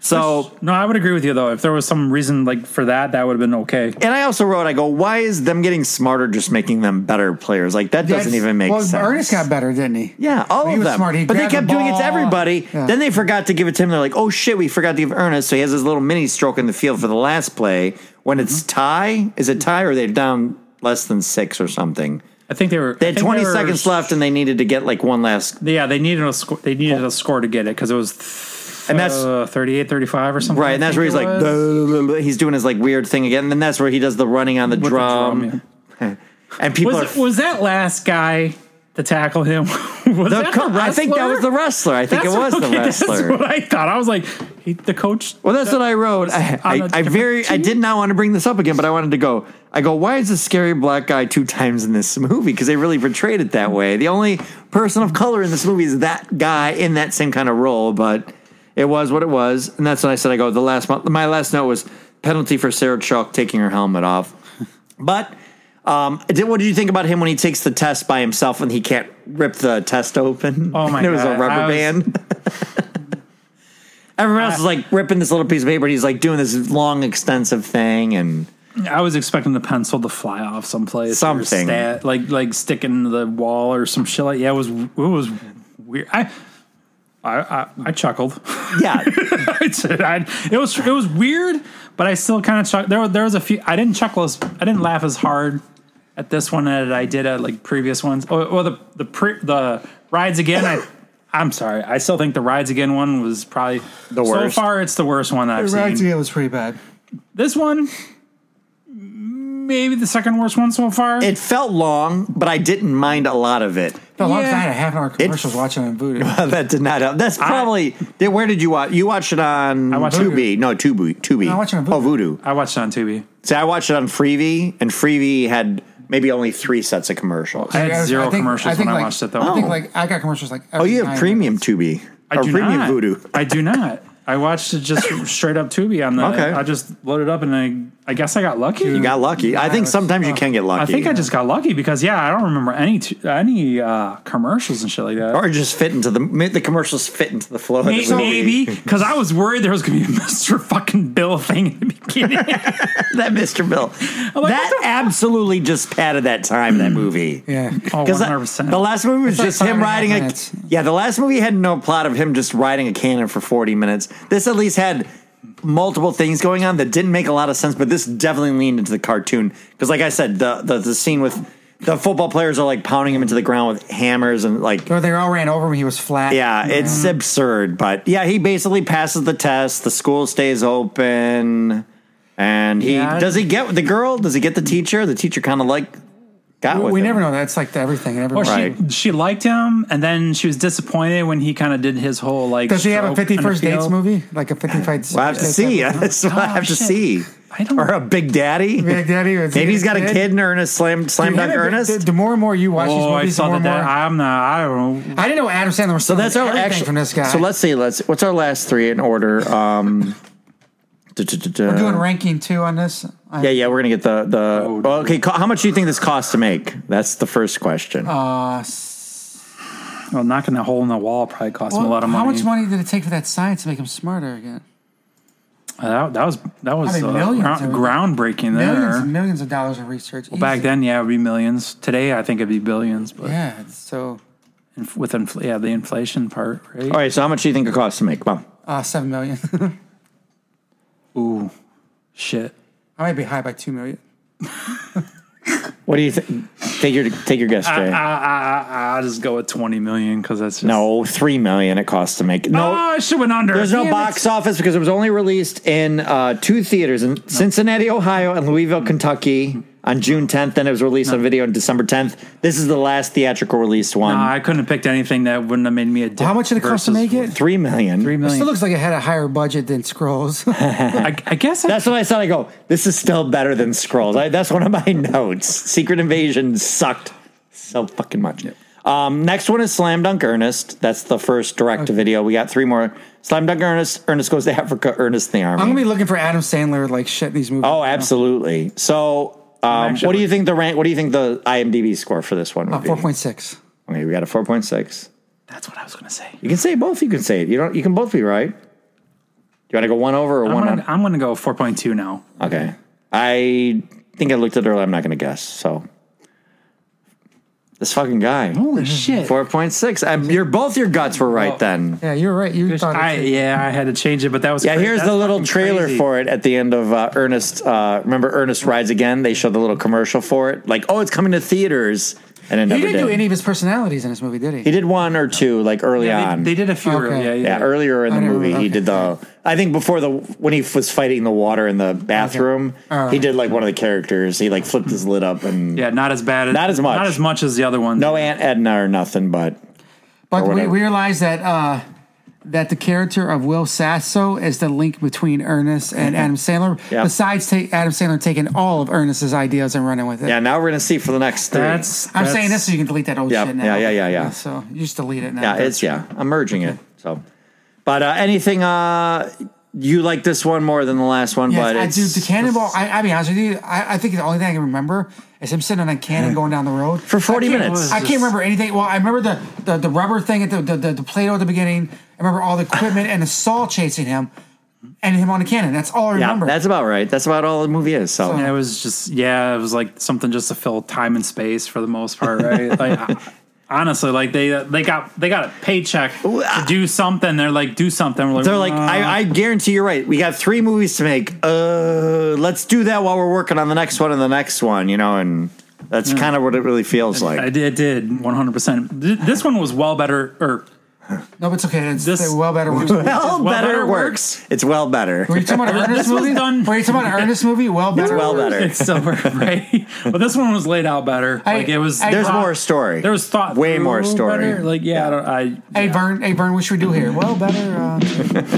so,
No, I would agree with you though. If there was some reason like for that, that would have been okay.
and I also wrote, I go, why is them getting smarter just making them better players? Like that doesn't even make
well,
sense.
Ernest got better, didn't he?
Yeah, all
He
of
was
them.
smart. He'd
But they
grab the
kept doing it to
ball.
everybody.
Yeah.
Then they forgot to give it to him. They're like, oh shit, we forgot to give Ernest. So he has his little mini stroke in the field for the last play. When
Mm-hmm.
it's tie, is it tie or they're down less than six or something?
I think they were.
They had 20 seconds left and they needed to get like one last.
Yeah, they needed a score. They needed a score to get it because it was. Th-
Oh. And that's-
uh, 38, 35 or something.
Right, and that's where he's like, "Blah, blah, blah, blah." [LAUGHS] he's doing his like weird thing again. And then that's where he does the running on the
the
drum.
drum,
And people
was,
are.
was that last guy to tackle him? [LAUGHS] was
the
that
co-
the
I think that
wrestler?
was the wrestler. I think
That's
it was
what-
the
okay, [LAUGHS]
wrestler.
That's what I thought. I was like, he, the coach.
Well, that's what I wrote. I,
on a
I, I
different
very, I
team?
did not want to bring this up again, but I wanted to go. I go, why is this scary black guy two times in this movie? Because they really portrayed it that way. The only person of color in this movie is that guy in that same kind of role, but it was what it was, and that's when I said, I go. The last, mo- my last note was penalty for Sarah Chalk taking her helmet off. But um, did, what did you think about him when he takes the test by himself and he can't rip the test open?
Oh,
[LAUGHS]
my
There was a
God.
rubber
I was- [LAUGHS]
band. Everyone else is like ripping this little piece of paper. and He's like doing this long, extensive thing, and
I was expecting the pencil to fly off someplace, or
Something.
stat, like like sticking to the wall or some shit. Like yeah, it was it was weird. I I I, I chuckled.
yeah,
[LAUGHS] I said, I- it was it was weird, but I still kind of chuckled. There were- there was a few. I didn't chuckle as I didn't laugh as hard at this one as I did at like previous ones. Oh, well, the the pre, the rides again. I I'm sorry. I still think the rides again one was probably the
worst.
So far, it's the worst one I've
The
seen.
ride together was pretty bad.
This one, maybe the second worst one so far.
it felt long, but I didn't mind a lot of it.
No, long
Yeah.
time I had half an hour commercials watching on Voodoo.
[LAUGHS] that did not help. That's probably. did- where did you watch? You watched it on
watched it on
Tubi? No, Tubi. Tubi.
I watched it on
Oh, Voodoo.
I watched it on Tubi.
See, I watched it on Freevee, and Freevee had maybe only three sets of commercials.
I had
was-
zero
I think-
commercials
think
when
like-
I watched it though.
I think like I got commercials like.
Oh, you have premium Tubi
I
or
do
premium
not.
Voodoo.
I do not. I watched it just straight up Tubi on the.
Okay.
I just loaded up and I, I guess I got lucky.
You got lucky. I think
that's-
sometimes you can get lucky.
I think I just got lucky because yeah, I don't remember any t- any uh, commercials and shit like that.
or just fit into the make the commercials fit into the flow. of the
May-
movie. [LAUGHS]
Maybe because I was worried there was going to be a [LAUGHS] Mr. Fucking Bill thing in the
[LAUGHS]
beginning.
that Mr. Bill.
what
that
the-
absolutely just padded that time. That movie.
Yeah.
oh,
Because
100%.
uh, the last movie was
like
just
five
him
and a half
riding a
minutes.
yeah. The last movie had no plot of him just riding a cannon for forty minutes. This at least had multiple things going on that didn't make a lot of sense, but this definitely leaned into the cartoon because, like I said, the, the the scene with the football players are like pounding him into the ground with hammers and like
Or they all ran over him. He was flat.
yeah, it's absurd, but yeah, he basically passes the test. The school stays open, and he
Yeah.
does he get the girl? Does he get the teacher? The teacher kind of like got
We,
with Oh,
we
him.
never know. That's like the everything. and
Well,
everyone.
she,
Right.
she liked him, and then she was disappointed when he kind of did his whole like.
Does he have a
stroke on the
fifty first dates
field.
movie? Like a fifty first.
[LAUGHS] Well, I have to see. That's what I have to
Oh,
see.
shit. I don't-
Or a Big Daddy.
Big Daddy, or is
[LAUGHS] Maybe
he
he's
a
got a
kid?
kid in Ernest Slam Slam Dunk Ernest.
The, the more and more you watch
Oh, I
these movies, the
saw
more
that,
and
that.
more.
I'm not. I don't know.
I didn't know Adam Sandler was
so that's our
everything
actually
from this guy.
So let's see. Let's what's our last three in order? Um, We're
We're doing ranking two on this. uh, I-
Yeah, yeah, we're gonna get the the. well, okay, co- how much do you think this costs to make? That's the first question.
Uh, s-
Well, knocking that hole in the wall probably cost him a lot of money.
How much money did it take for that science to make him smarter again?
Uh, that, that was that was
Probably
uh,
millions,
ground-
I would-
groundbreaking
Millions, and
there.
millions of dollars of research. Well,
Back then, yeah, it would be millions. Today, I think it'd be billions, but
Yeah. So
inf- with infl- yeah, the inflation part, right?
All right, so how much do you think it costs to make? Come on.
uh, seven million. [LAUGHS]
Ooh, shit.
I might be high by two million.
What do you think? Take your take your guess,
I,
Jay.
I, I, I- I'll just go with twenty million because that's just,
no, three million it costs to make. No,
Oh, I should went under.
there's no
Damn it.
box office because it was only released in uh, two theaters in Cincinnati, Ohio, and Louisville, Kentucky, on June 10th. Then it was released on video on December 10th. This is the last theatrical released one.
No, I couldn't have picked anything that wouldn't have made me a. Dip
How much did it cost to
versus
make it?
three million.
Three
Still
million.
looks like it had a higher budget than Scrolls. [LAUGHS]
I, I guess I,
That's what I said. I go, this is still better than Scrolls. I, that's one of my [LAUGHS] notes. Secret Invasion sucked so fucking much. Um, next one is Slam Dunk Ernest. That's the first direct to video. We got three more. Slam Dunk Ernest, Ernest Goes to Africa, Ernest in the Army.
I'm gonna be looking for Adam Sandler like shit in these movies.
oh, absolutely. So Um,
actually-
what do you think the rank? What do you think the IMDb score for this one would
Uh,
be?
Four point six.
Okay, we got a four point six.
That's what I was gonna say.
You can say both. You can say it. You don't. You can both be right. You want to go one over or
I'm
one
gonna, I'm gonna go 4.2 now.
on? Okay. I think I looked at it earlier. I'm not going to guess. So this fucking guy,
Holy shit!
Mm-hmm. four point six. You're both your guts were right then.
Yeah, you're right. You thought
I,
it was-
yeah, I had to change it, but that was
Yeah,
cra-
here's
that's
the little
fucking
trailer
crazy.
for it at the end of uh, Ernest. Uh, remember Ernest Rides Again? They showed the little commercial for it. Like, oh, it's coming to theaters, and it never
He didn't
did.
do any of his personalities in this movie, did he?
He did one or two, like early
Yeah,
on.
they, they did a few.
Okay.
Yeah, yeah.
yeah, earlier in
I
the
don't
movie,
remember.
he did the. I think before the when he was fighting the water in the bathroom, he did like one of the characters. He like flipped his lid up and
Uh-huh. Yeah, not as bad. As,
Not as much.
Not as much as the other ones.
no Aunt Edna or nothing, but
But we,
whatever.
we realized that uh, that the character of Will Sasso is the link between Ernest
[LAUGHS]
and Adam Sandler.
Yeah.
Besides ta- Adam Sandler taking all of Ernest's ideas and running with it.
yeah. Now we're gonna see for the next. Three.
that's.
I'm
that's-
saying this so you can delete that old
Yeah,
shit now.
yeah, yeah, yeah, yeah.
So you just delete it now.
yeah, it's yeah. I'm merging it. So, but uh, anything uh, you like this one more than the last one?
Yes,
but
I do.
it's-
The cannonball. I, I mean, honest with you, I, I think the only thing I can remember is him sitting on a cannon going down the road
For 40
I can't-
minutes.
I can't remember anything. Well, I remember the the, the rubber thing at the the, the the Play-Doh at the beginning. I remember all the equipment and the saw chasing him, and him on the cannon. That's all I
yeah,
remember.
that's about right. That's about all the movie is. So,
Yeah, it was just yeah, it was like something just to fill time and space for the
[LAUGHS]
most part, right? like I- honestly, like they they got they got a paycheck to do something. They're like do something. We're like,
ah. They're like, I, I guarantee you're right. We got three movies to make. Uh, let's do that while we're working on the next one and the next one, you know, and that's kind of what it really feels like.
I did, did one hundred percent. This one was well better, or
no, but it's okay. It's
This-
they're well
[LAUGHS]
better. Were you
well,
Well,
better,
better
works. It's well better.
talking about an
This
Ernest
was
movie?
done-
Were you talking about an Ernest movie? Well better.
well better.
[LAUGHS] it's silver,
[LAUGHS]
right? but this one was laid out better.
I-
like it was.
I-
There's
Uh,
more story.
there was thought.
Way
through
more story.
better. Like yeah, I. Don't, I
Hey, Vern. Hey, Vern. What should we do here? Well better. Uh,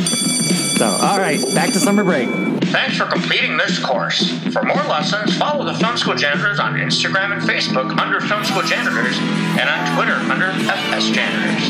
So, all right, back to summer break.
Thanks for completing this course. For more lessons, follow the Film School Janitors on Instagram and Facebook under Film School Janitors and on Twitter under FS Janitors.